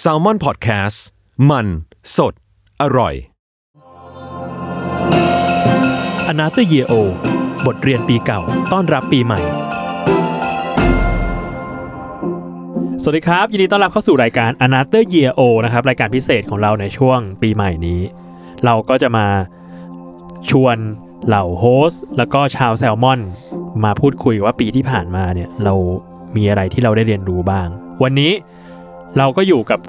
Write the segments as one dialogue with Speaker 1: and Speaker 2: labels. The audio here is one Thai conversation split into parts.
Speaker 1: แซลมอนพอดแคสต์มันสดอร่อย
Speaker 2: อนาเตอร์เยโอบทเรียนปีเก่า ต้อนรับปีใหม่ สวัสดีครับ ยินดีต้อนรับเข้าสู่รายการ a n o t h e r Year O นะครับ รายการพิเศษของเราในช่วงปีใหม่นี้ เราก็จะมาชวนเหล่าโฮสต์แล้วก็ชาวแซลมอน มาพูดคุยว่าปีที่ผ่านมาเนี่ย เรามีอะไรที่เราได้เรียนรู้บ้าง วันนี้เราก็อยู่กับ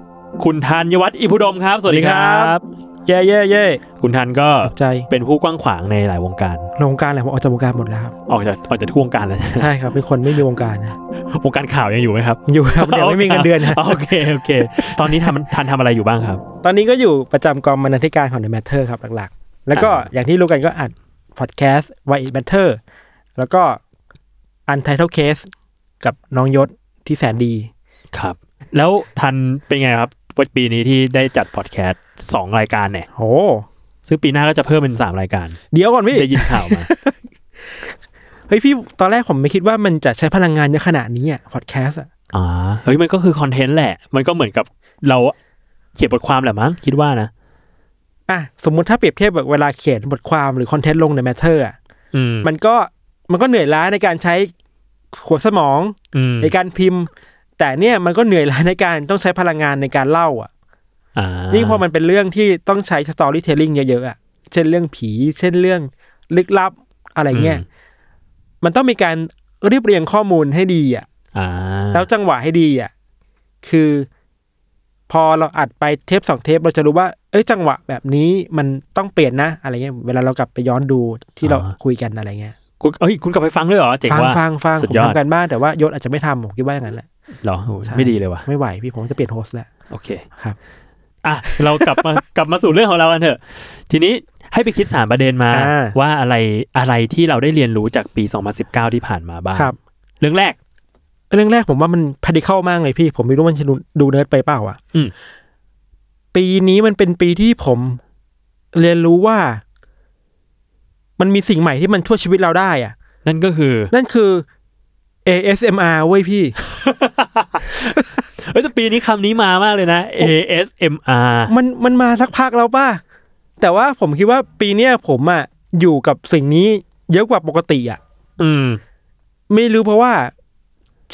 Speaker 2: คุณธัญวัฒน์อิพุดมครับ สวัสดีครับ
Speaker 3: เย่เย่เย่
Speaker 2: คุณธันก็
Speaker 3: ตกใจ
Speaker 2: เป็นผู้กว้างขวางในหลายวงการ
Speaker 3: ในวงการแหละผมออกจากวงการหมดแล้ว ครับ
Speaker 2: ออกจากออกจากทุกวงการแล้วใช่ไหม
Speaker 3: ใช่ครับ เป็นคนไม่มีวงการนะ
Speaker 2: วงการข่าวยังอยู่ไหม ครับ
Speaker 3: อยู่ครับ เดี๋ยวไม่มีเงินเดือนนะ
Speaker 2: โอเคโอเค ตอนนี้ทำทันทำอะไรอยู่บ้างครับ
Speaker 3: ตอนนี้ก็อยู่ประจำกองบรรณาธิการของ The Matter ครับหลักๆ แล้วก็
Speaker 2: อ่า
Speaker 3: อย่างที่รู้กันก็อัดพอดแคสต์ Why It Matter แล้วก็ Untitled Case กับน้องยศที่แสนดี
Speaker 2: ครับ แล้วทันเป็นไงครับว่าปีนี้ที่ได้จัดพอดแคสต์สองรายการเนี่ย
Speaker 3: โห
Speaker 2: ซึ่งปีหน้าก็จะเพิ่มเป็นสามรายการ
Speaker 3: เดี๋ยวก่อนพี่
Speaker 2: ได้ยินข่าว มา
Speaker 3: เฮ้ยพี่ตอนแรกผมไม่คิดว่ามันจะใช้พลังงานเยอะขนาดนี้อ่ะพอดแคสต์อ่ะ
Speaker 2: อ่าเฮ้ยมันก็คือคอนเทนต์แหละ มันก็เหมือนกับเราเขียนบทความแหละมั้งคิดว่านะ
Speaker 3: อ่ะสมมุติถ้าเปรียบเทียบแบบเวลาเขียนบทความหรือคอนเทนต์ลงใน Matter อ่ะ
Speaker 2: อืม
Speaker 3: มันก็มันก็เหนื่อยล้าในการใช้หัวสมอง
Speaker 2: อืม
Speaker 3: ในการพิมพ์ แต่เนี่ยมันก็เหนื่อยล้าในการต้องใช้พลังงานในการเล่าอ่ะ
Speaker 2: อ่า
Speaker 3: ยิ่งพอมันเป็นเรื่องที่ต้องใช้สตอรี่เทลลิ่งเยอะๆอ่ะเช่นเรื่องผี เช่นเรื่องลึกลับอะไรเงี้ยมันต้องมีการเรียบเรียงข้อมูลให้ดีอ่ะ
Speaker 2: อ่า
Speaker 3: แล้วจังหวะให้ดีอ่ะคือ พอเราอัดไปเทปสองเทปเราจะรู้ว่า เอ้ยจังหวะแบบนี้มันต้องเปลี่ยนนะ อะไรเงี้ยเวลาเรากลับไปย้อนดูที่เราคุยกันอะไรเงี้ย
Speaker 2: คุณเอ้ยคุณกลับไปฟังด้วยเหรอเจ๋ง
Speaker 3: ฟัง
Speaker 2: ว่า
Speaker 3: ฟังฟัง
Speaker 2: สุด
Speaker 3: ผม
Speaker 2: ยอด
Speaker 3: ทำกันบ้านแต่ว่ายศอาจจะไม่ทำผมคิดว่าอย่างนั้นแหละ
Speaker 2: เหรอโอ้โห
Speaker 3: ใช่
Speaker 2: ไม่ดีเลยว่ะ
Speaker 3: ไม่ไหวพี่ผมจะเปลี่ยนโฮสต์แล้ว
Speaker 2: โอเค
Speaker 3: ครับ
Speaker 2: อ่ะเรากลับมา กลับมาสู่เรื่องของเรากันเถอะ ทีนี้ให้ไปคิดสามประเด็นมา
Speaker 3: อ่า
Speaker 2: ว่าอะไรอะไรที่เราได้เรียนรู้จากปี 2019 ที่ผ่านมาบ้าง
Speaker 3: ครับ
Speaker 2: เรื่องแรก
Speaker 3: เรื่องแรกผมว่ามันพ a ดิเข้ามากเลยพี่ ผมไม่รู้มันจะดูดูเนิร์ดไปเปล่าอ่ะ
Speaker 2: อืม
Speaker 3: ปีนี้มันเป็นปีที่ผมเรียนรู้ว่า มันมีสิ่งใหม่ที่มันช่วยชีวิตเราได้อ่ะ
Speaker 2: นั่นก็คือ
Speaker 3: นั่นคือ ASMR เว้ยพี่
Speaker 2: เอ้ยแต่ปีนี้คำนี้มามากเลยนะ ASMR
Speaker 3: มันมันมาสักพักแล้วป่ะ แต่ว่าผมคิดว่าปีเนี้ยผมอ่ะอยู่กับสิ่งนี้เยอะกว่าปกติอ่ะ
Speaker 2: อืม
Speaker 3: ไม่รู้เพราะว่า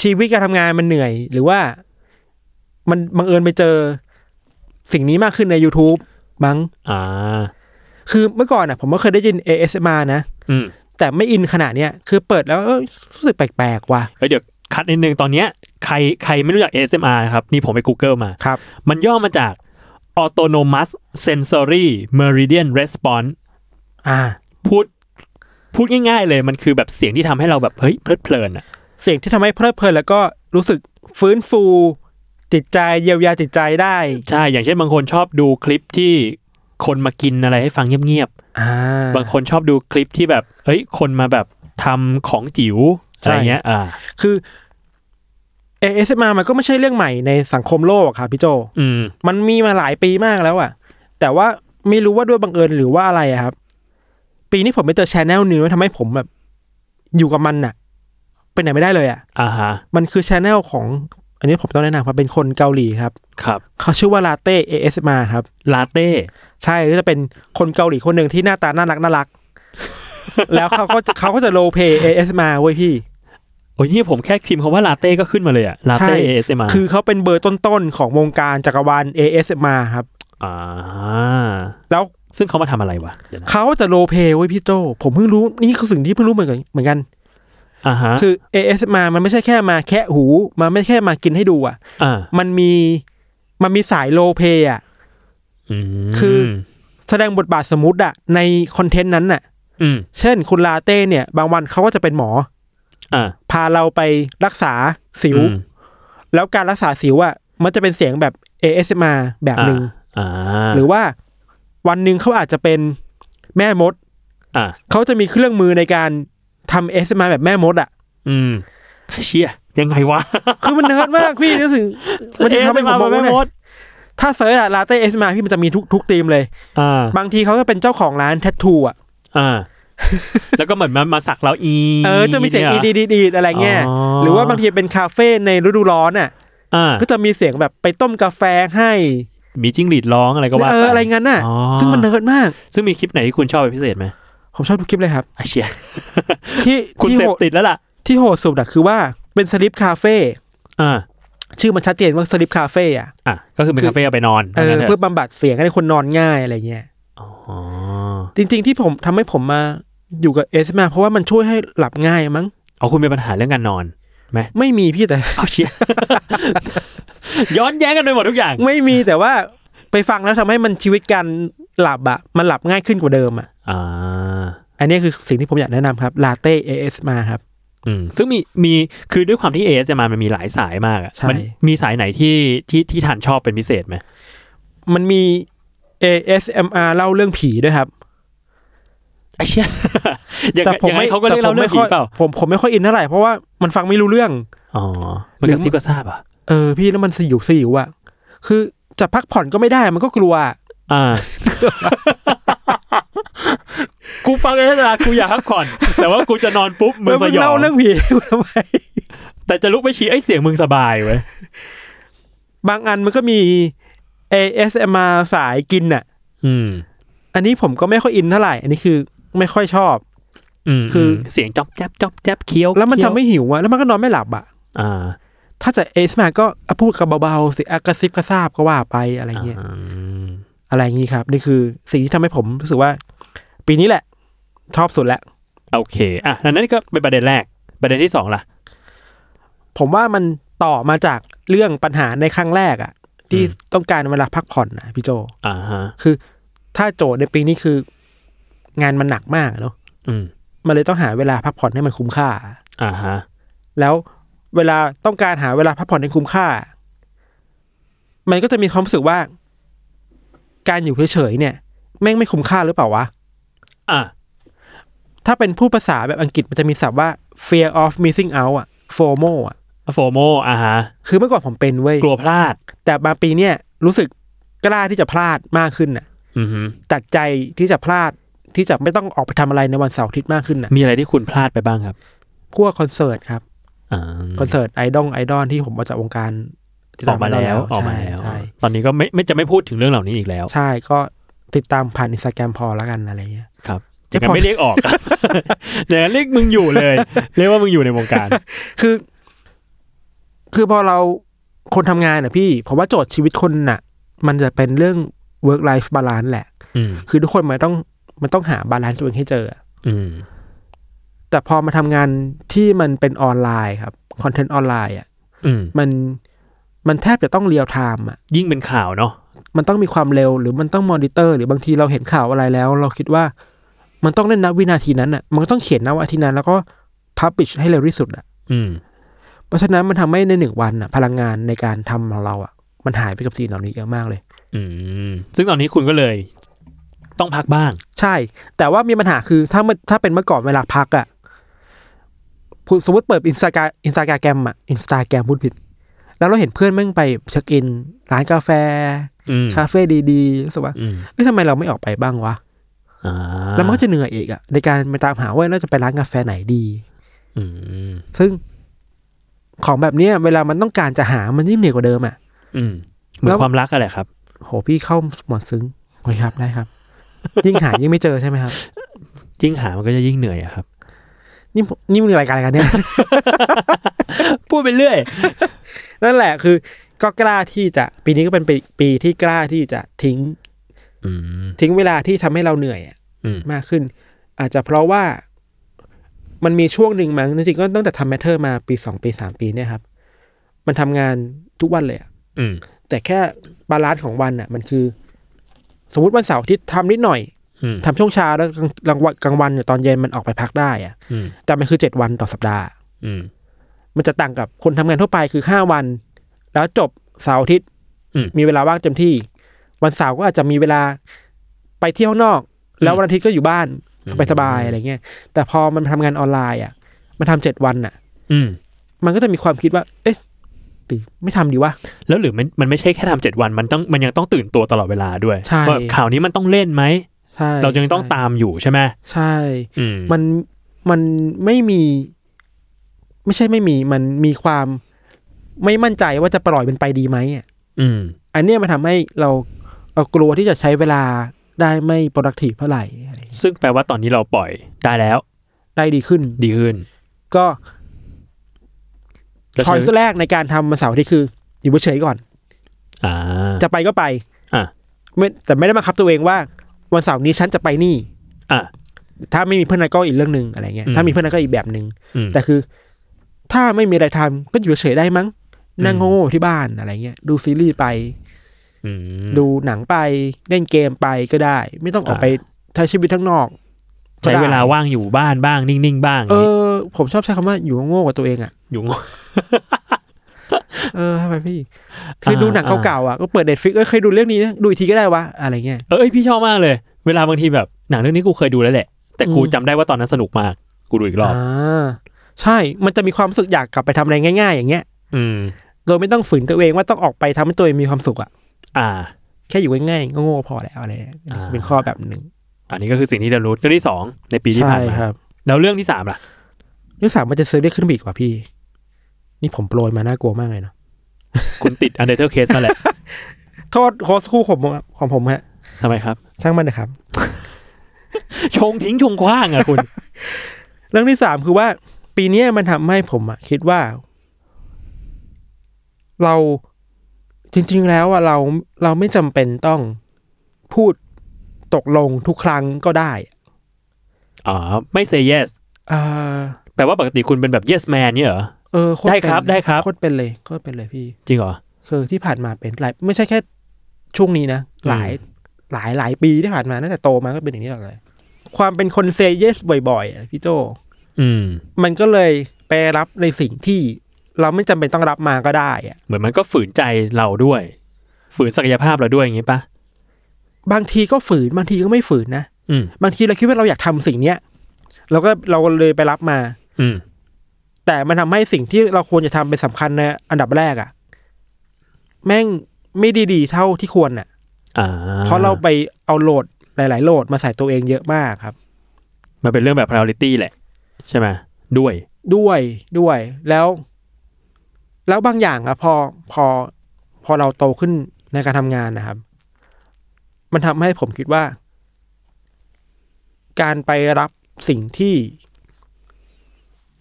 Speaker 3: ชีวิตการทำงานมันเหนื่อย หรือว่ามันบังเอิญไปเจอสิ่งนี้มากขึ้นใน YouTube มั้ง
Speaker 2: อ่า
Speaker 3: คือเมื่อก่อนอ่ะ ผมก็เคยได้ยิน ASMR นะ
Speaker 2: อืม
Speaker 3: แต่ไม่อินขนาดเนี้ยคือเปิดแล้วเอ้ยรู้สึกแปลกๆว่ะ
Speaker 2: เอ้ยเดี๋ยวคัดนิดนึงตอนเนี้ยใครใครไม่รู้จัก ASMR ครับ นี่ผมไป Google มา
Speaker 3: ครับ
Speaker 2: มันย่อมาจาก Autonomous Sensory Meridian Response
Speaker 3: อ่า
Speaker 2: พูดพูดง่ายๆเลยมันคือแบบเสียงที่ทำให้เราแบบเฮ้ยเพลิดเพลินอะ
Speaker 3: เสียงที่ทำให้เพลิดเพลินแล้วก็รู้สึกฟื้นฟูจิตใจเยียวยาจิตใจได้
Speaker 2: ใช่ อย่างเช่นบางคนชอบดูคลิปที่คนมากินอะไรให้ฟังเงียบ
Speaker 3: อ่า
Speaker 2: ๆ บางคนชอบดูคลิปที่แบบเอ้ย คนมาแบบทำของจิ๋วอะ
Speaker 3: ใช่
Speaker 2: ไรเงี้ย อ่า
Speaker 3: คือ ASMR มันก็ไม่ใช่เรื่องใหม่ในสังคมโลกอะครับพี่โจ
Speaker 2: อืม
Speaker 3: มันมีมาหลายปีมากแล้วอะแต่ว่าไม่รู้ว่าด้วยบังเอิญหรือว่าอะไรอะครับ ปีนี้ผมไปเจอชแนลนึงแล้วทำให้ผมแบบ อยู่กับมันน่ะไปไหนไม่ได้เลยอะ
Speaker 2: อ่าฮะ
Speaker 3: มันคือชแนลของ อันนี้ผมต้องแนะนำครับเป็นคนเกาหลีครับ
Speaker 2: ครับ
Speaker 3: เขาชื่อว่าลาเต้ ASMR ครับ
Speaker 2: ลาเต้
Speaker 3: ใช่ก็จะเป็นคนเกาหลีคนหนึ่งที่หน้าตาน่ารักน่ารัก แล้วเขาก็เขาก็จะโลเพ ASMR เว้ยพี่
Speaker 2: โอ้ยนี่ผมแค่พิมพ์คำว่าลาเต้ก็ขึ้นมาเลยอะลา
Speaker 3: ใช่
Speaker 2: เต้ ASMR
Speaker 3: คือเขาเป็นเบอร์ต้นๆของวงการจักรวาล ASMR ครับ
Speaker 2: อ่า
Speaker 3: แล้ว
Speaker 2: ซึ่งเขามาทำอะไรวะเดี๋ยวนะ
Speaker 3: เขาจะโลเพไว้ยพี่โจ ผมเพิ่งรู้นี่คือสิ่งที่เพิ่งรู้เหมือนกันเหมือนกัน
Speaker 2: อ่าฮะ
Speaker 3: คือ ASMR มันไม่ใช่แค่มาแค่หู มันไม่ใช่แค่มากินให้ดูอ่ะ
Speaker 2: อ่า
Speaker 3: มันมีมันมีสายโลเพอ่ะ
Speaker 2: อืม
Speaker 3: คือ แสดงบทบาทสมมติอ่ะในคอนเทนต์นั้นน่ะ
Speaker 2: อืม
Speaker 3: เช่นคุณลาเต้เนี่ย บางวันเขาก็จะเป็นหมอ
Speaker 2: อ่า
Speaker 3: พาเราไปรักษาสิว
Speaker 2: อืม
Speaker 3: แล้วการรักษาสิวอ่ะมันจะเป็นเสียงแบบ ASMR แบบหนึ่ง
Speaker 2: อ่า
Speaker 3: หรือว่าวันหนึ่งเขาอาจจะเป็นแม่มด
Speaker 2: อ่า
Speaker 3: เขาจะมีเครื่องมือในการทำ ASMR แบบแม่มดอ่ะ
Speaker 2: อืมเชี่ยยังไงวะ
Speaker 3: คือมันเนิร์ดมากพี่นึกถึงมันจะทำให้ผมมองว่าเนี่ย
Speaker 2: เสาาไมด
Speaker 3: ถ้าเซิร์ชอะลาเต้เอสมาพี่มันจะมีทุกทุกธีมเลย
Speaker 2: อ่า
Speaker 3: บางทีเขาก็เป็นเจ้าของร้านแทททูอ่ะ
Speaker 2: อ่า แล้วก็เหมือนมามาสักเราอี
Speaker 3: เออจะมีเสียงอีดี
Speaker 2: นี่หร
Speaker 3: ดีดีอะไรเงี้ย
Speaker 2: อ๋อ
Speaker 3: หรือว่าบางทีเป็นคาเฟ่ในฤดูร้อนอ่ะ
Speaker 2: อ่า
Speaker 3: ก็จะมีเสียงแบบไปต้มกาแฟให้
Speaker 2: มีจิ้งหรีดร้องอะไรก็ว่า
Speaker 3: เอ
Speaker 2: ป
Speaker 3: ออะไรงั้นน่ะ
Speaker 2: อ๋อ
Speaker 3: ซึ่งมันเนิร์ดมาก
Speaker 2: ซึ่งมีคลิปไหนที่คุณชอบเป็นพิเศษไหม
Speaker 3: ผมชอบทุกคลิปเลยครับ
Speaker 2: ไอเชีย
Speaker 3: ที่
Speaker 2: คุณ
Speaker 3: ที่
Speaker 2: เส
Speaker 3: โห
Speaker 2: พ
Speaker 3: ด
Speaker 2: ติดแล้วล่ะ
Speaker 3: ที่โหดสุดอะคือว่าเป็นสลิปคาเฟ่
Speaker 2: อ่า
Speaker 3: ชื่อมันชัดเจนว่าสลิปคาเฟ่อะ
Speaker 2: อ่ะก็คือเป็น
Speaker 3: คือ
Speaker 2: คาเฟ่เอาไปนอน
Speaker 3: เออ
Speaker 2: ว่างั้นถะ
Speaker 3: เพื่อบำบัดเสียงให้คนนอนง่ายอะไรเงี้ย
Speaker 2: อ๋อ
Speaker 3: จริง ๆ ที่ผมทำให้ผมมาอยู่กับเอสมาเพราะว่ามันช่วยให้หลับง่ายมั้ง
Speaker 2: เอาคุณมีปัญหาเรื่องการนอน
Speaker 3: ไม่มีพี่แต่
Speaker 2: เอา เชีย ย้อนแย้งกันไปหมดทุกอย่าง
Speaker 3: ไม่มีแต่ว่าไปฟังแล้วทำให้มันชีวิตการหลับอะมันหลับง่ายขึ้นกว่าเดิมอะ
Speaker 2: อ่า
Speaker 3: อันนี้คือสิ่งที่ผมอยากแนะนำครับลาเต้เอสมาครับ
Speaker 2: อืมซึ่งมีมีคือด้วยความที่เอสจะมามันมีหลายสายมากอะ
Speaker 3: ใช่
Speaker 2: มัมีสายไหนที่ที่ที่ทานชอบเป็นพิเศษไหม
Speaker 3: มันมี ASMR เล่าเรื่องผีด้วยครับ
Speaker 2: ไอเชีย อย่าง
Speaker 3: แต่
Speaker 2: นั้น
Speaker 3: ผม
Speaker 2: อย่างนั้
Speaker 3: ไม่
Speaker 2: นเขาก็
Speaker 3: แต่
Speaker 2: เรียก
Speaker 3: ผ
Speaker 2: เรา
Speaker 3: ม
Speaker 2: เรื่อง
Speaker 3: ไม่ค่
Speaker 2: ผี
Speaker 3: อย
Speaker 2: เปล่า
Speaker 3: ผมผมไม่ค่อยอินเท่าไหร่เพราะว่ามันฟังไม่รู้เรื่อง
Speaker 2: อ๋อมันกระซิบกระซาบอ่ะ
Speaker 3: เออ พี่แล้วมันสยิวสยิวอะคือจะพักผ่อนก็ไม่ได้มันก็กลัวอะ
Speaker 2: อ่า กูฟังเอสอะกูอยากพักผ่อน แต่ว่ากูจะนอนปุ๊บมือส
Speaker 3: เมึง
Speaker 2: ยอ
Speaker 3: เล่าง เรื่องผี ทำไม
Speaker 2: แต่จะลุกไปฉี่ไอ้ยเสียงมึงสบายเว้ย
Speaker 3: บางอันมันก็มี ASMR สายกินอะ
Speaker 2: อืม
Speaker 3: อันนี้ผมก็ไม่ค่อยอินเท่าไหร่ อันนี้คือไม่ค่อยชอบ
Speaker 2: อืม
Speaker 3: คือ
Speaker 2: มเสียงจ๊อบแจ๊บจ๊อบแจ๊บเคี้ยว
Speaker 3: แล้วมันทำ
Speaker 2: เคี้ย
Speaker 3: ให้หิวอะแล้วมันก็นอนไม่หลับอะ
Speaker 2: อ่า
Speaker 3: ถ้าจะเอสมาก็อ่ะพูดกับเบาๆสิอ่ะกระซิบกระซาบก็ว่าไปอะไรเงี้ย
Speaker 2: อืม
Speaker 3: อะไรอย่างนี้ครับ นี่คือสิ่งที่ทำให้ผมรู้สึกว่า ปีนี้แหละ ชอบสุดแล้ว
Speaker 2: โอเค อ่ะอันนั้นก็เป็นประเด็นแรก ประเด็นที่สองล่ะ
Speaker 3: ผมว่ามันต่อมาจากเรื่องปัญหาในครั้งแรกอะที่
Speaker 2: อืม
Speaker 3: ต้องการเวลาพักผ่อนนะพี่โจ
Speaker 2: อ่าฮะ
Speaker 3: ถ้าโจทย์ในปีนี้คือ งานมันหนักมากเนาะ
Speaker 2: อืม
Speaker 3: มันเลยต้องหาเวลาพักผ่อนให้มันคุ้มค่า
Speaker 2: อ่าฮะ
Speaker 3: แล้วเวลาต้องการหาเวลาพักผ่อนให้คุ้มค่า มันก็จะมีความรู้สึกว่า การอยู่เฉยๆเนี่ย แม่งไม่คุ้มค่าหรือเปล่าวะ
Speaker 2: อ่ะ
Speaker 3: ถ้าเป็นผู้ภาษาแบบอังกฤษมันจะมีศัพท์ว่า fear of missing out อ่ะ FOMO อ่ะ
Speaker 2: โฟโมอ่าฮะ
Speaker 3: คือเมื่อก่อนผมเป็นเว้ย
Speaker 2: กลัวพลาด
Speaker 3: แต่มาปีเนี่ยรู้สึกกล้าที่จะพลาดมากขึ้นน่ะ
Speaker 2: อือฮึ
Speaker 3: ตัดใจที่จะพลาดที่จะไม่ต้องออกไปทำอะไรในวันเสาร์อาทิตย์มากขึ้นน่ะ
Speaker 2: มีอะไรที่คุณพลาดไปบ้างครับ
Speaker 3: พวกคอนเสิร์ตครับ
Speaker 2: อ่า
Speaker 3: คอนเสิร์ตไอดอลไอดอลที่ผมมาจากวงการติด
Speaker 2: อ
Speaker 3: ต
Speaker 2: อกมาแล้วออกมา
Speaker 3: ใช่
Speaker 2: แล้ว
Speaker 3: ใช่
Speaker 2: ตอนนี้ก็ไม่ไม่จะไม่พูดถึงเรื่องเหล่านี้อีกแล้ว
Speaker 3: ใช่ก็ติดตามผ่านอินสตาแกรมพอแล้วกันอะไรเงี้ย
Speaker 2: ครับอ
Speaker 3: จะ
Speaker 2: ย่างนั้
Speaker 3: พอ
Speaker 2: นไม่เรียกออก ครับ อย่างนั้นเรียกมึงอยู่เลย เรียกว่ามึงอยู่ในวงการ
Speaker 3: คือ คือพอเราคนทำงานน่ะพี่ผมว่าโจทย์ชีวิตคนน่ะ มันจะเป็นเรื่อง work life balance แหละ
Speaker 2: อืม
Speaker 3: คือทุกคนมันต้องมันต้องหาบาลานซ์ตัวเองให้เจอ
Speaker 2: อืม
Speaker 3: แต่พอมาทำงานที่มันเป็นออนไลน์ครับคอนเทนต์ออนไลน์อ่ะ
Speaker 2: อืม
Speaker 3: มันมันแทบจะต้องเรียลไทม์อ่ะ
Speaker 2: ยิ่งเป็นข่าวเนาะ
Speaker 3: มันต้องมีความเร็วหรือมันต้องมอนิเตอร์หรือบางทีเราเห็นข่าวอะไรแล้ว เราคิดว่ามันต้องเล่นนับวินาทีนั้นอ่ะ มันก็ต้องเขียนนับวินาทีนั้น แล้วก็พับปิชให้เร็วที่สุดอ่ะ
Speaker 2: อืม
Speaker 3: เพราะฉะนั้นมันทำให้ในหนึ่งวันอ่ะพลังงานในการทำของเราอ่ะมันหายไปกับสิ่งเหล่านี้เยอะมากเลย
Speaker 2: อืม ซึ่งตอนนี้คุณก็เลย ต้องพักบ้าง
Speaker 3: ใช่ แต่ว่ามีปัญหาคือถ้ามันถ้าเป็นเมื่อก่อนเวลาพักอะ่ะสมมติเปิดอินสตาแกรมอินสตาแกรมอ่ะอินสตาแกรมพูดผิด แล้วเราเห็นเพื่อนแม่งไปเช็คอิน ร้านกาแฟ
Speaker 2: อืม
Speaker 3: คาเฟ่ดีๆรู้สึกว่า
Speaker 2: อืม
Speaker 3: เอ้ยทำไมเราไม่ออกไปบ้างวะ
Speaker 2: อ่า
Speaker 3: แล้วมันก็จะเหนื่อยอีกอะ่ะ ในการไปตามหาว่าเราจะไปร้านกาแฟไหนดี
Speaker 2: อืม
Speaker 3: ซึ่งของแบบเนี้ยเวลามันต้องการจะหามันยิ่งเหนื่อยกว่าเดิมอะ่ะ
Speaker 2: อืมเหมือ
Speaker 3: แล้
Speaker 2: น
Speaker 3: ว
Speaker 2: ความรักอะแหละครับ
Speaker 3: โหพี่เข้าหมดซึ้งโอ้ยครับได้ครับ ยิ่งหายิ่งไม่เจอใช่ไหมครับ
Speaker 2: ยิ่งหามันก็จะยิ่งเหนื่อยอะครับ
Speaker 3: นี่นี่มันรายการอะไรกันเนี่ย
Speaker 2: พูดไปเรื่อย
Speaker 3: นั่นแหละคือก็กล้าที่จะปีนี้ก็เป็นปีปีที่กล้าที่จะทิ้ง
Speaker 2: อืม
Speaker 3: ทิ้งเวลาที่ทำให้เราเหนื่อยอะ
Speaker 2: อืม
Speaker 3: มากขึ้น อาจจะเพราะว่ามันมีช่วงหนึ่งมั้งจริงๆก็ตั้งแต่ทำแมทเทอร์มาปีสองปีสามปีเนี่ยครับ มันทำงานทุกวันเลยอะ
Speaker 2: อืม
Speaker 3: แต่แค่บาลานซ์ของวันอ่ะ มันคือ สมมติวันเสาร์อาที่ทำนิดหน่อย
Speaker 2: อืม
Speaker 3: ทำช่วงเช้าแล้วกลางวันกลางวันเนี่ยตอนเย็นมันออกไปพักได้อะ
Speaker 2: อืม
Speaker 3: แต่มันคือเจ็ดวันต่อสัปดาห์
Speaker 2: อืม
Speaker 3: มันจะต่างกับคนทำงานทั่วไปคือห้าวัน แล้วจบเสาร์อาทิตย์
Speaker 2: อืม
Speaker 3: มีเวลาว่างเต็มที่ วันเสาร์ก็อาจจะมีเวลาไปเที่ยวข้างนอก แล้ววันอาทิตย์ก็อยู่บ้าน
Speaker 2: อืม
Speaker 3: สบายๆอะไรเงี้ยแต่พอมันทำงานออนไลน์อ่ะ มันทำเจ็ดวันอ่ะ
Speaker 2: อืม
Speaker 3: มันก็จะมีความคิดว่า เอ๊ะหรือไม่ทำดีวะ
Speaker 2: แล้วหรือมันมันไม่ใช่แค่ทำเจ็ดวันมันต้องมันยังต้องตื่นตัวตลอดเวลาด้วย
Speaker 3: ใช่
Speaker 2: ว่าข่าวนี้มันต้องเล่นไหม
Speaker 3: ใช่
Speaker 2: เรายังต้องตามอยู่ใช่ไหม
Speaker 3: ใช่
Speaker 2: อืม
Speaker 3: มันมันไม่มี ไม่ใช่ไม่มี มันมีความ ไม่มั่นใจว่าจะปล่อยมันไปดีไหมอะ
Speaker 2: อืม
Speaker 3: อันเนี้ยมันทำให้เราเรากลัวที่จะใช้เวลาได้ไม่ productive เท่าไหร่อะไรเงี้ย
Speaker 2: ซึ่งแปลว่าตอนนี้เราปล่อยได้แล้ว
Speaker 3: ได้ดีขึ้น
Speaker 2: ดีขึ้น
Speaker 3: ก็
Speaker 2: แล้ว
Speaker 3: ชอย
Speaker 2: ใช้
Speaker 3: ส์แรกในการทำวันเสาร์ที่คือ อยู่เฉยๆก่อน
Speaker 2: อ่า
Speaker 3: จะไปก็ไป
Speaker 2: อ่ะ
Speaker 3: ไม่แต่ไม่ได้บังคับตัวเองว่า วันเสาร์นี้ฉันจะไปนี่
Speaker 2: อ่ะ
Speaker 3: ถ้าไม่มีเพื่อนนนก็อีกเรื่องหนึ่งอะไรเงี้ย
Speaker 2: อืม
Speaker 3: ถ้ามีเพื่อนนนก็อีกแบบหนึ่ง
Speaker 2: อืม
Speaker 3: แต่คือ ถ้าไม่มีอะไรทำก็อยู่เฉยๆได้มั้ง นั่ง
Speaker 2: อืม
Speaker 3: โง่ๆที่บ้านอะไรเงี้ยดูซีรีส์ไป
Speaker 2: อืม
Speaker 3: ดูหนังไปเล่นเกมไปก็ได้ ไม่ต้องออก
Speaker 2: อ่า
Speaker 3: ไปใช้ชีวิตข้างนอกก็
Speaker 2: ใช้
Speaker 3: ได้
Speaker 2: เวลาว่างอยู่บ้านบ้างนิ่งๆบ้าง
Speaker 3: เออ ผมชอบใช้คำว่าอยู่โง่กับตัวเองอ่ะ
Speaker 2: อยู่
Speaker 3: เออทำไมพี่ คืออา ดูหนัง
Speaker 2: อ่า
Speaker 3: เก่าๆอ่ะก็เปิดเด็ดฟิกเอ้ยเคยดูเรื่องนี้นะดูอีกทีก็ได้วะอะไรเงี้ย
Speaker 2: เอ้ยพี่ชอบมากเลย เวลาบางทีแบบหนังเรื่องนี้กูเคยดูแล้วแหละ แต่กู
Speaker 3: อืม
Speaker 2: จำได้ว่าตอนนั้นสนุกมาก กูดูอีกรอบ
Speaker 3: อ่าใช่ มันจะมีความรู้สึกอยากกลับไปทำอะไรง่ายๆ อย่างเงี้ย
Speaker 2: อืม
Speaker 3: โดยไม่ต้องฝืนตัวเองว่าต้องออกไปทำให้ตัวเองมีความสุขอ่ะ
Speaker 2: อ่า
Speaker 3: แค่อยู่ง่ายๆก็โง่พอแล้วอะไรเงี้ย
Speaker 2: อ่า
Speaker 3: เป็นข้อแบบหนึ่ง
Speaker 2: อันนี้ก็คือสิ่งที่เรียนรู้เรื่องที่สองในปีที่
Speaker 3: ใช่
Speaker 2: ผ่านมา
Speaker 3: ครับ
Speaker 2: แล้วเรื่องที่สามล่ะ
Speaker 3: เรื่องสามมันจะซื้อได้ขึ้นไปอีกกว่าพี่ นี่ผมโปรยมาน่ากลัวมากเลยเนาะ
Speaker 2: คุณติด Undertale Case นั่นแหละ
Speaker 3: โทษโค้ชคู่ผมของผมฮะ
Speaker 2: ทำไมครับ
Speaker 3: ช่างมันนะครับ
Speaker 2: ชงทิ้งชงคว้างอะคุณ
Speaker 3: เรื่องที่สามคือว่า ปีเนี้ยมันทำให้ผมอะคิดว่า เราจริง ๆ แล้วอะเราเราไม่จำเป็นต้องพูดตกลงทุกครั้งก็ได้
Speaker 2: อ๋อ ไม่ say yes
Speaker 3: เออ
Speaker 2: แปลว่าปกติคุณเป็นแบบ yes man เนี่ยเหรอ
Speaker 3: เออโต
Speaker 2: ได้ครับ
Speaker 3: เป็น
Speaker 2: ได้ครับ
Speaker 3: โคตรเป็นเลยโคตรเป็นเลยพี่
Speaker 2: จริงเหรอ
Speaker 3: คือที่ผ่านมาเป็นหลายไม่ใช่แค่ช่วงนี้นะ หลายหลายหลายปีที่ผ่านมาตั้งแต่โตมาก็เป็นอย่างนี้หมดเลย ความเป็นคนเซเยสบ่อยๆอะพี่โจ
Speaker 2: อืม
Speaker 3: มันก็เลยไปรับในสิ่งที่เราไม่จำเป็นต้องรับมาก็ได้อะ
Speaker 2: เหมือนมันก็ฝืนใจเราด้วย ฝืนศักยภาพเราด้วยอย่างงี้ปะ
Speaker 3: บางทีก็ฝืนบางทีก็ไม่ฝืนนะ
Speaker 2: อืม
Speaker 3: บางทีเราคิดว่าเราอยากทำสิ่งเนี้ยเราก็เราเลยไปรับมา
Speaker 2: อืม
Speaker 3: แต่มันทำให้สิ่งที่เราควรจะทำเป็นสำคัญในอันดับแรกอะแม่งไม่ดีดีเท่าที่ควรอะ
Speaker 2: อ่า
Speaker 3: เพราะเราไปเอาโหลดหลาย ๆ โหลดมาใส่ตัวเองเยอะมากครับ
Speaker 2: มันเป็นเรื่องแบบ priority แหละ ใช่ไหมด้วย
Speaker 3: ด้วยด้วยแล้ว แล้วบางอย่างอะพอพอพอเราโตขึ้นในการทำงานนะครับ มันทำให้ผมคิดว่า การไปรับสิ่งที่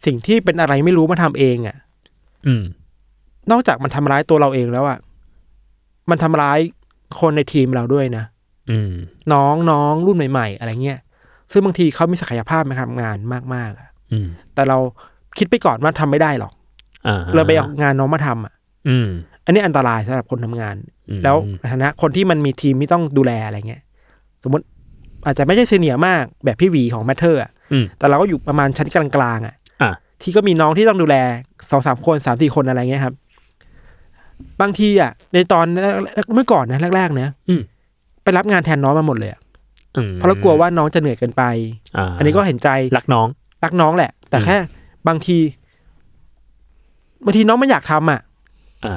Speaker 3: สิ่งที่เป็นอะไรไม่รู้มาทำเองอะ
Speaker 2: อืม
Speaker 3: นอกจากมันทำร้ายตัวเราเองแล้วอะมันทำร้ายคนในทีมเราด้วยนะ
Speaker 2: อืม
Speaker 3: น้องน้องรุ่นใหม่ ๆ อะไรเงี้ยซึ่งบางทีเขามีศักยภาพในการทำงานมากๆอะ
Speaker 2: อืม
Speaker 3: แต่เราคิดไปก่อนว่าทำไม่ได้หรอก
Speaker 2: อ่า
Speaker 3: เราไปเอางานน้องมาทำอ่ะ
Speaker 2: อืม
Speaker 3: อันนี้อันตรายสำหรับคนทำงาน
Speaker 2: อืม
Speaker 3: แล้วในฐานะคนที่มันมีทีมที่ต้องดูแลอะไรเงี้ย สมมติอาจจะไม่ใช่ซีเนียร์มากแบบพี่หวีของแมทเทอร์
Speaker 2: อืม
Speaker 3: แต่เราก็อยู่ประมาณชั้นกลางๆอ่ะ
Speaker 2: อ่ะ
Speaker 3: ที่ก็มีน้องที่ต้องดูแลสองสามคนสามสี่คนอะไรเงี้ยครับ บางทีอ่ะ ในตอนแรกเมื่อก่อนนะแรกๆเนะ
Speaker 2: อืม
Speaker 3: ไปรับงานแทนน้องมาหมดเลยอะ
Speaker 2: อืม
Speaker 3: เพราะเรากลัวว่าน้องจะเหนื่อยเกินไป
Speaker 2: า
Speaker 3: อันนี้ก็เห็นใจ
Speaker 2: รักน้อง
Speaker 3: รักน้องแหละ แต่
Speaker 2: อืม
Speaker 3: แค่บางทีบางทีน้องไม่อยากทำอ่ะ
Speaker 2: อ่า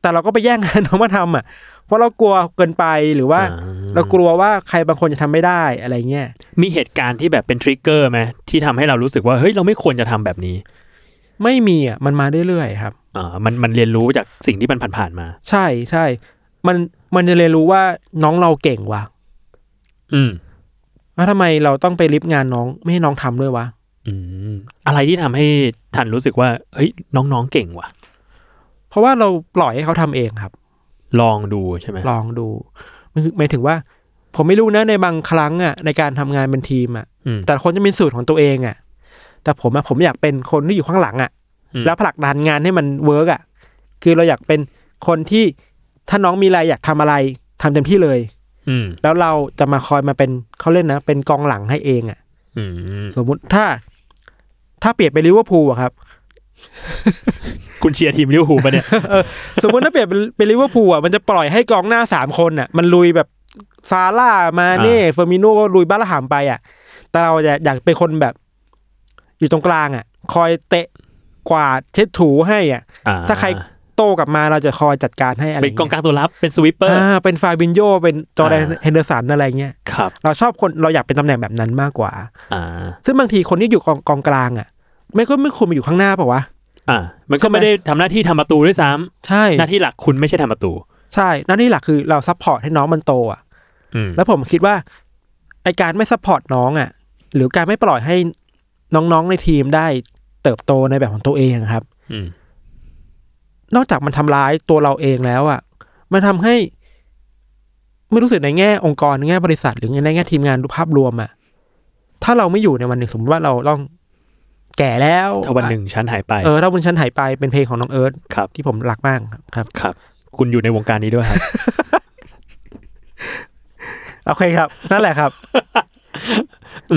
Speaker 3: แต่เราก็ไปแย่งงาน น้องมาทำอ่ะ เพราะเรากลัวเกินไปหรือว่า
Speaker 2: อ่
Speaker 3: เรากลัวว่าใครบางคนจะทำไม่ได้อะไรเงี้ย
Speaker 2: มีเหตุการณ์ที่แบบเป็นทริกเกอร์ไหมที่ทำให้เรารู้สึกว่า เฮ้ย เราไม่ควรจะทำแบบนี้
Speaker 3: ไม่มีอ่ะมันมาเรื่อยๆครับ
Speaker 2: อ่ามันมันเรียนรู้จากสิ่งที่มันผ่านๆมา
Speaker 3: ใช่ใช่มันมันจะเรียนรู้ว่าน้องเราเก่งว่ะ
Speaker 2: อืม
Speaker 3: แล้วทำไมเราต้องไปริบงานน้องไม่ให้น้องทำด้วยวะ
Speaker 2: อืม อะไรที่ทำให้ทันรู้สึกว่า เฮ้ย น้องๆเก่งว่ะ
Speaker 3: เพราะว่าเราปล่อยให้เขาทำเองครับ
Speaker 2: ลองดูใช่ไหม
Speaker 3: ลองดูหมายถึงว่า ผมไม่รู้นะในบางครั้งอ่ะในการทำงานเป็นทีมอ่ะ
Speaker 2: อืม
Speaker 3: แต่ละคนจะมีสูตรของตัวเองอ่ะ แต่ผมอะผมอยากเป็นคนที่อยู่ข้างหลังอ่ะ
Speaker 2: อืม
Speaker 3: แล้วผลักดันงานให้มันเวิร์กอ่ะ คือเราอยากเป็นคนที่ถ้าน้องมีอะไรอยากทำอะไรทำเต็มที่เลย
Speaker 2: อืม
Speaker 3: แล้วเราจะมาคอยมาเป็นเขาเล่นนะ เป็นกองหลังให้เองอ่ะ
Speaker 2: อืม
Speaker 3: สมมุติถ้า ถ้าเปลี่ยนไปนลิเวอร์พูลอะครับ
Speaker 2: คุณเชียร์ทีมลิเวอร์พูลปะเนี่ย
Speaker 3: สมมุติถ้าเปลี่ยนเป็นเป็นลิเวอร์พูลอ่ะมันจะปล่อยให้กองหน้าสามคนอ่ะ มันลุยแบบซาร่ามาเน่เฟอร์มิโน่ก็ลุยบ้าระหามไปอ่ะ แต่เราจะอยากเป็นคนแบบ อยู่ตรงกลางอ่ะ คอยเตะกวาดเช็ดถูให้อ่ะ
Speaker 2: อ่
Speaker 3: ถ้าใคร โตกลับมาเราจะคอยจัดการให้อะไร
Speaker 2: เป็น
Speaker 3: ย
Speaker 2: กองกลางตัวรับเป็นสวิปเปอร์
Speaker 3: อ่าเป็นฟาบินโยเป็นจอร์แดน
Speaker 2: อ่า
Speaker 3: เฮนเดอร์สันอะไรเงี้ย
Speaker 2: ครับ
Speaker 3: เราชอบคนเราอยากเป็นตำแหน่งแบบนั้นมากกว่า
Speaker 2: อ่า
Speaker 3: ซึ่งบางทีคนที่อยู่กองกองกลางอ่ะไม่ก็ไม่ควรมาอยู่ข้างหน้าเปล่าวะ
Speaker 2: อ อ่า มันก็ไม่ได้ทำหน้าที่ทำประตูด้วยซ้ำ
Speaker 3: ใช่
Speaker 2: หน้าที่หลักคุณไม่ใช่ทำประตู
Speaker 3: ใช่หน้าที่หลักคือเราซัพพอร์ตให้น้องมันโตอ่ะ
Speaker 2: อืม
Speaker 3: แล้วผมคิดว่าไอการไม่ซัพพอร์ตน้องอะ่ะ หรือการไม่ปล่อยให้น้องๆในทีมได้เติบโตในแบบของตัวเองอะครับ
Speaker 2: อืม
Speaker 3: นอกจากมันทำร้ายตัวเราเองแล้วอะ่ะ มันทำให้ ไม่รู้สึกในแง่องค์กรในแง่บริษัท หรือในแง่ทีมงานรูปภาพรวมอะ่ะ ถ้าเราไม่อยู่ในวันหนึ่งสมมติว่าเราต้องแก่แล้ว
Speaker 2: ถ้าวันหนึ่งฉันหายไป
Speaker 3: เออถ้าวันฉันหายไปเป็นเพลงของน้องเอิร์ธ
Speaker 2: ครับ
Speaker 3: ที่ผมรักมากครับ
Speaker 2: ครับ คุณอยู่ในวงการนี้ด้วยครับ
Speaker 3: โอเคครับ นั่นแหละ ครับ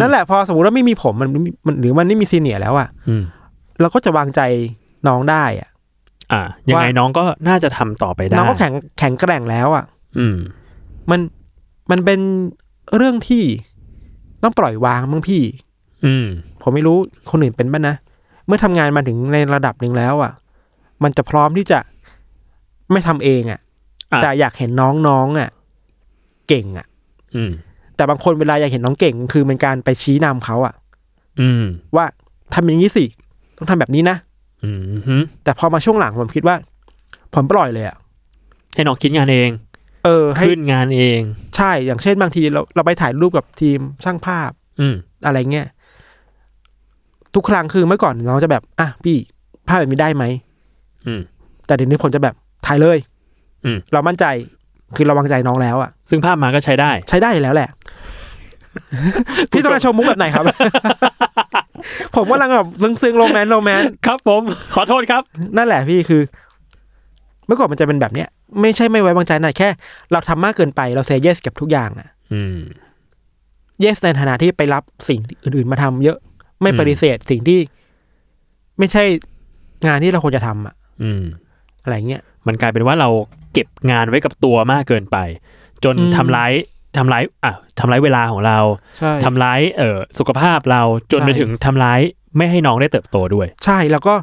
Speaker 3: นั่นแหละพอสมมติว่าไม่มีผมมันมันหรือมันไม่มีซีเนียร์แล้วอ่ะ
Speaker 2: อืม
Speaker 3: เราก็จะวางใจน้องได้อะ
Speaker 2: อ่า ยังไงน้องก็น่าจะทำต่อไปได้
Speaker 3: น้องก็แข็งแข็งแกร่งแล้วอ่ะ
Speaker 2: อืม
Speaker 3: มันมันเป็นเรื่องที่ต้องปล่อยวางมั้งพี่
Speaker 2: อืม
Speaker 3: ผมไม่รู้คนอื่นเป็นป่ะนะ เมื่อทำงานมาถึงในระดับหนึ่งแล้วอ่ะ มันจะพร้อมที่จะไม่ทำเองอ่ะ
Speaker 2: อ่ะ
Speaker 3: แต่อยากเห็นน้องๆอ่ะ เก่งอ่ะ
Speaker 2: อืม
Speaker 3: แต่บางคนเวลาอยากเห็นน้องเก่ง คือเป็นการไปชี้นำเขาอ่ะ
Speaker 2: อืม
Speaker 3: ว่าทำอย่างนี้สิ ต้องทำแบบนี้นะ
Speaker 2: อืมฮึ
Speaker 3: แต่พอมาช่วงหลังผมคิดว่า ผมปล่อยเลยอ่ะ
Speaker 2: ให้น้องคิดงานเอง
Speaker 3: เออให้
Speaker 2: ขึ้นงานเอง
Speaker 3: ใช่ อย่างเช่นบางทีเราเราไปถ่ายรูปกับทีมช่างภาพ
Speaker 2: อืม
Speaker 3: อะไรเงี้ย ทุกครั้งคือเมื่อก่อนน้องจะแบบ อ่ะพี่ภาพแบบนี้ได้ไหม
Speaker 2: อืม
Speaker 3: แต่เดี๋ยวนี้ผมจะแบบถ่ายเลย
Speaker 2: อืม
Speaker 3: เรามั่นใจ คือเราวางใจน้องแล้วอะ
Speaker 2: ซึ่งภาพมาก็ใช้ได้
Speaker 3: ใช้ได้แล้วแหละ พี่ต้องการชมมุกแบบไหนครับ ผมกำลังแบบซึ้งๆโรแมนต์โรแมนต์
Speaker 2: ครับผม ขอโทษครับ
Speaker 3: นั่นแหละพี่คือ เมื่อก่อนมันจะเป็นแบบเนี้ย ไม่ใช่ไม่ไว้วางใจนะแค่ เราทำมากเกินไปเราเซเยสกับทุกอย่างอะ
Speaker 2: อืม
Speaker 3: เยสในฐานะที่ไปรับสิ่งอื่นๆมาทำเยอะไม่
Speaker 2: อืม
Speaker 3: ปฏิเสธสิ่งที่ ไม่ใช่งานที่เราควรจะทำอะ
Speaker 2: อืม
Speaker 3: อะไรเงี้ย
Speaker 2: มันกลายเป็นว่าเราเก็บงานไว้กับตัวมากเกินไป จน
Speaker 3: อืม
Speaker 2: ทำร้ายทำร้ายอ่ะทำร้ายเวลาของเรา
Speaker 3: ใช่
Speaker 2: ทำร้ายเอ่อสุขภาพเราจนไป
Speaker 3: ใช่
Speaker 2: ถึงทำร้ายไม่ให้น้องได้เติบโตด้วย
Speaker 3: ใช่แล้วก็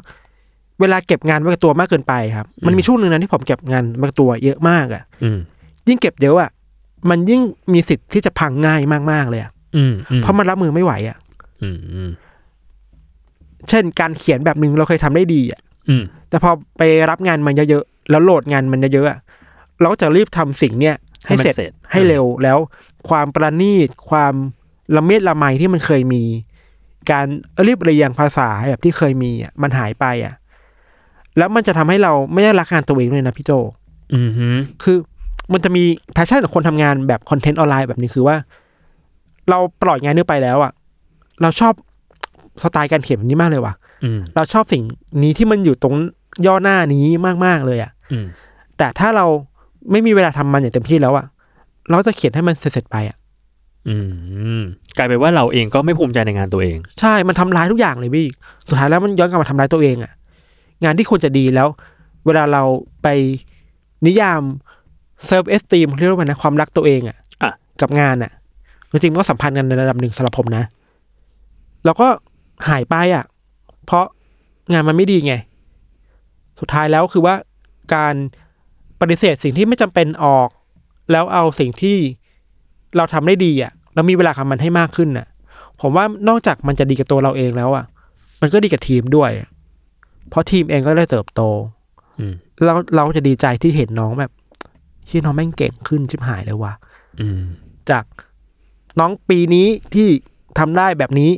Speaker 3: เวลาเก็บงานไว้กับตัวมากเกินไปครับ
Speaker 2: อืม
Speaker 3: มันมีช่วงหนึ่งนะที่ผมเก็บงานไว้กับตัวเยอะมากอะ
Speaker 2: อืม
Speaker 3: ยิ่งเก็บเยอะอะมันยิ่งมีสิทธิ์ที่จะพังง่ายมากๆเลยอะ
Speaker 2: อืมอืม
Speaker 3: เพราะมันรับมือไม่ไหวอะ
Speaker 2: อืมอืม
Speaker 3: เช่น การเขียนแบบหนึ่งเราเคยทำได้ดีอะ
Speaker 2: อืม
Speaker 3: แต่พอไปรับงานมันเยอะๆแล้วโหลดงานมันเยอะๆอะเราก็จะรีบทำสิ่งเนี้ยให้
Speaker 2: มัน
Speaker 3: เสร็จ ให้เร็วแล้วความประณีต ความละเมียดละไมที่มันเคยมี การเรียบเรียงภาษาแบบที่เคยมีอ่ะมันหายไปอ่ะ แล้วมันจะทำให้เราไม่ได้รักงานตัวเองเลยนะพี่โจ
Speaker 2: อืมฮึ
Speaker 3: คือมันจะมีแพชชั่นของคนทำงานแบบคอนเทนต์ออนไลน์แบบนี้คือว่า เราปล่อยงานนี้ไปแล้วอ่ะ เราชอบสไตล์การเขียนแบบนี้มากเลยว่ะ
Speaker 2: อืม
Speaker 3: เราชอบสิ่งนี้ที่มันอยู่ตรงย่อหน้านี้มากๆเลยอ่ะ
Speaker 2: อืม
Speaker 3: แต่ถ้าเราไม่มีเวลาทำมันอย่างเต็มที่แล้วอ่ะ เราจะเขียนให้มันเสร็จๆไปอ่ะ
Speaker 2: อืมกลายเป็นว่าเราเองก็ไม่ภูมิใจในงานตัวเอง
Speaker 3: ใช่ มันทำร้ายทุกอย่างเลยพี่ สุดท้ายแล้วมันย้อนกลับมาทำร้ายตัวเองอะงานที่ควรจะดีแล้ว เวลาเราไปนิยามเซ l ร์ e เอสตีมเรียกว่าไงนะความรักตัวเองอะ
Speaker 2: อ่ะ
Speaker 3: กับงานอะจริงๆมันก็สัมพันธ์กันในระดับหนึ่งสำหรับผมนะ แล้วก็หายไปอะเพราะงานมันไม่ดีไง สุดท้ายแล้วคือว่าการปฏิเสธสิ่งที่ไม่จำเป็นออก แล้วเอาสิ่งที่เราทำได้ดีอะเรามีเวลากับมันให้มากขึ้นน่ะ ผมว่านอกจากมันจะดีกับตัวเราเองแล้วอ่ะ มันก็ดีกับทีมด้วย เพราะทีมเองก็ได้เติบโต
Speaker 2: อืม
Speaker 3: เราเราจะดีใจที่เห็นน้องแบบที่น้องแม่งเก่งขึ้นชิบหายเลยว่ะ
Speaker 2: อืม
Speaker 3: จากน้องปีนี้ที่ทำได้แบบนี้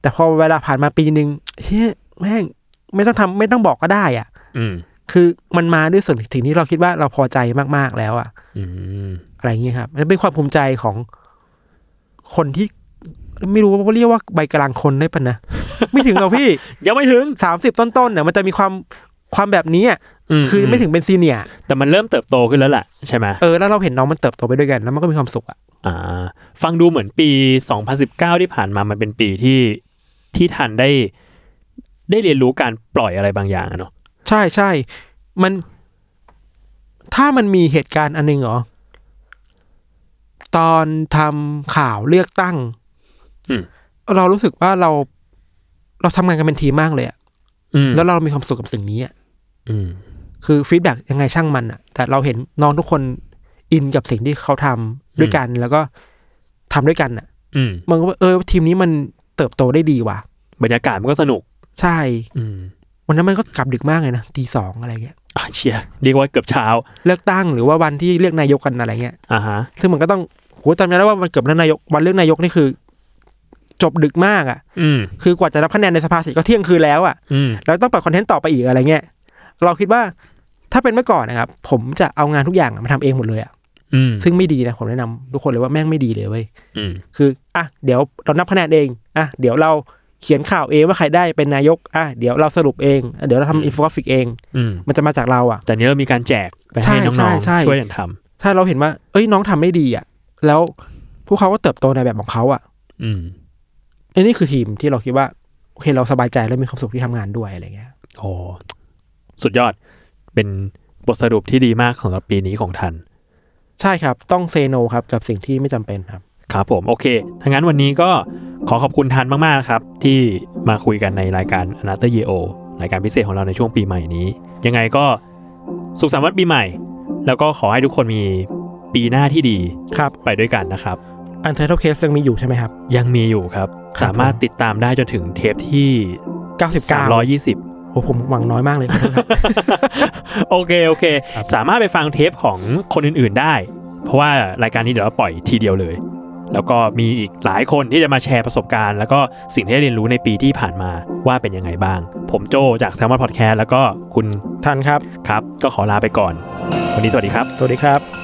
Speaker 3: แต่พอเวลาผ่านมาปีนึงเชี่ยแม่งไม่ต้องทำไม่ต้องบอกก็ได้อ่ะ
Speaker 2: อืม
Speaker 3: คือมันมาด้วยส่วนถึงที่เราคิดว่าเราพอใจมากๆแล้วอ่ะ
Speaker 2: อืม
Speaker 3: อะไรอย่างเงี้ยครับมันเป็นความภูมิใจของคนที่ ไม่รู้ว่าเรียกว่าใบกลางคนได้ปะ นะ ไม่ถึงหรอกพี่
Speaker 2: ยังไม่ถึง
Speaker 3: สามสิบต้นๆเนี่ยมันจะมีความความแบบนี้อะคือไม่ถึงเป็นซีเนียร์
Speaker 2: แต่มันเริ่มเติบโตขึ้นแล้วล่ะใช่ไหม
Speaker 3: เออแล้วเราเห็นน้องมันเติบโตไปด้วยกันแล้วมันก็มีความสุขอ่ะ
Speaker 2: อ่าฟังดูเหมือนปี 2019 ที่ผ่านมามันเป็นปีที่ที่ทันได้ได้เรียนรู้การปล่อยอะไรบางอย่างอะเนาะ
Speaker 3: ใช่ใช่มัน ถ้ามันมีเหตุการณ์อันหนึงเหรอ ตอนทำข่าวเลือกตั้งเรารู้สึกว่าเรา เราทำงานกันเป็นทีมมากเลยอะ
Speaker 2: แล้
Speaker 3: แล้ว วเรามีความสุขกับสิ่งนี้อะ
Speaker 2: อืม
Speaker 3: คือฟีดแบ็กยังไงช่างมันอะแต่เราเห็นน้องทุกคนอินกับสิ่งที่เขาทำด้วยกันแล้วก็ทำด้วยกันอะ
Speaker 2: อืม
Speaker 3: มันก็ว่าเออทีมนี้มันเติบโตได้ดีว่ะ
Speaker 2: บรรยากาศมันก็สนุก
Speaker 3: ใช่
Speaker 2: อืม
Speaker 3: วันนั้นมันก็กลับดึกมากเลยนะตีสองอะไรเงี้ย
Speaker 2: อ่ะเชียเรียกว่าเกือบเช้า
Speaker 3: เลือกตั้งหรือว่าวันที่เลือกนายกกันอะไรเงี้ย
Speaker 2: อ่าฮะ
Speaker 3: ซึ่งมันก็ต้องโหจำได้ว่าวันเกือบนั้นนายกวันเลือกนายกนี่คือ จบดึกมากอ่ะ
Speaker 2: อืม
Speaker 3: คือกว่าจะนับคะแนนในสภาเสร็จก็เที่ยงคืนแล้วอ่ะ
Speaker 2: อืม
Speaker 3: แล้วต้องเปิดคอนเทนต์ต่อไปอีกอะไรเงี้ย เราคิดว่าถ้าเป็นเมื่อก่อนนะครับ ผมจะเอางานทุกอย่างมาทำเองหมดเลยอ่ะ
Speaker 2: อืม
Speaker 3: ซึ่งไม่ดีนะผมแนะนำทุกคนเลยว่าแม่งไม่ดีเลยเว้ย
Speaker 2: อืม
Speaker 3: คืออ่ะเดี๋ยวเรานับคะแนนเองอ่ะเดี๋ยวเราเขียนข่าวเองว่าใครได้เป็นนายกอ่ะเดี๋ยวเราสรุปเองอ่ะเดี๋ยวเรา
Speaker 2: อืม
Speaker 3: ทำอินโฟกราฟิกเอง
Speaker 2: อืม
Speaker 3: มันจะมาจากเราอ่ะ
Speaker 2: แต่นี้เรามีการแจกไปให้
Speaker 3: ใช่
Speaker 2: น้อง
Speaker 3: ใช่ใช่
Speaker 2: ๆช่วยกันท
Speaker 3: ถ้าเราเห็นว่าเอ้ยน้องทำไม่ดีอ่ะ แล้วพวกเขาก็เติบโตในแบบของเขาอ่ะ
Speaker 2: ำอืม
Speaker 3: อันนี้คือทีมที่เราคิดว่าโอเคเราสบายใจและมีความสุขที่ทำงานด้วยอะไรเงี้ย
Speaker 2: โอ้สุดยอดเป็นบทสรุปที่ดีมากของปีนี้ของทัน
Speaker 3: ใช่ครับต้องเซโนครับกับสิ่งที่ไม่จำเป็นครับ
Speaker 2: ครับผมโอเคทั้างนั้นวันนี้ก็ขอขอบคุณทันมากๆนะครับ ที่มาคุยกันในรายการ a n a t h e r Year O รายการพิเศษของเราในช่วงปีใหม่นี้ ยังไงก็สุขสันต์วันปีใหม่ แล้วก็ขอให้ทุกคนมีปีหน้าที่ดี
Speaker 3: ครับ
Speaker 2: ไปด้วยกันนะครับ
Speaker 3: อันเทอร์เคสยังมีอยู่ใช่ไหมครับ
Speaker 2: ยังมีอยู่ครับ
Speaker 3: ครับ
Speaker 2: สามารถติดตามได้จนถึงเทปที่
Speaker 3: 99
Speaker 2: 320
Speaker 3: โอ้ผมหวังน้อยมากเลยครับ
Speaker 2: โอเคโอเค สามารถไปฟังเทปของคนอื่นๆได้ เพราะว่ารายการนี้เดี๋ยวเราปล่อยทีเดียวเลย แล้วก็มีอีกหลายคนที่จะมาแชร์ประสบการณ์ แล้วก็สิ่งที่ได้เรียนรู้ในปีที่ผ่านมาว่าเป็นยังไงบ้าง ผมโจจากแซมมอนพอดแคสต์แล้วก็คุณ
Speaker 3: ทันครับ
Speaker 2: ครับ ก็ขอลาไปก่อน วันนี้สวัสดีครับ
Speaker 3: สวัสดีครับ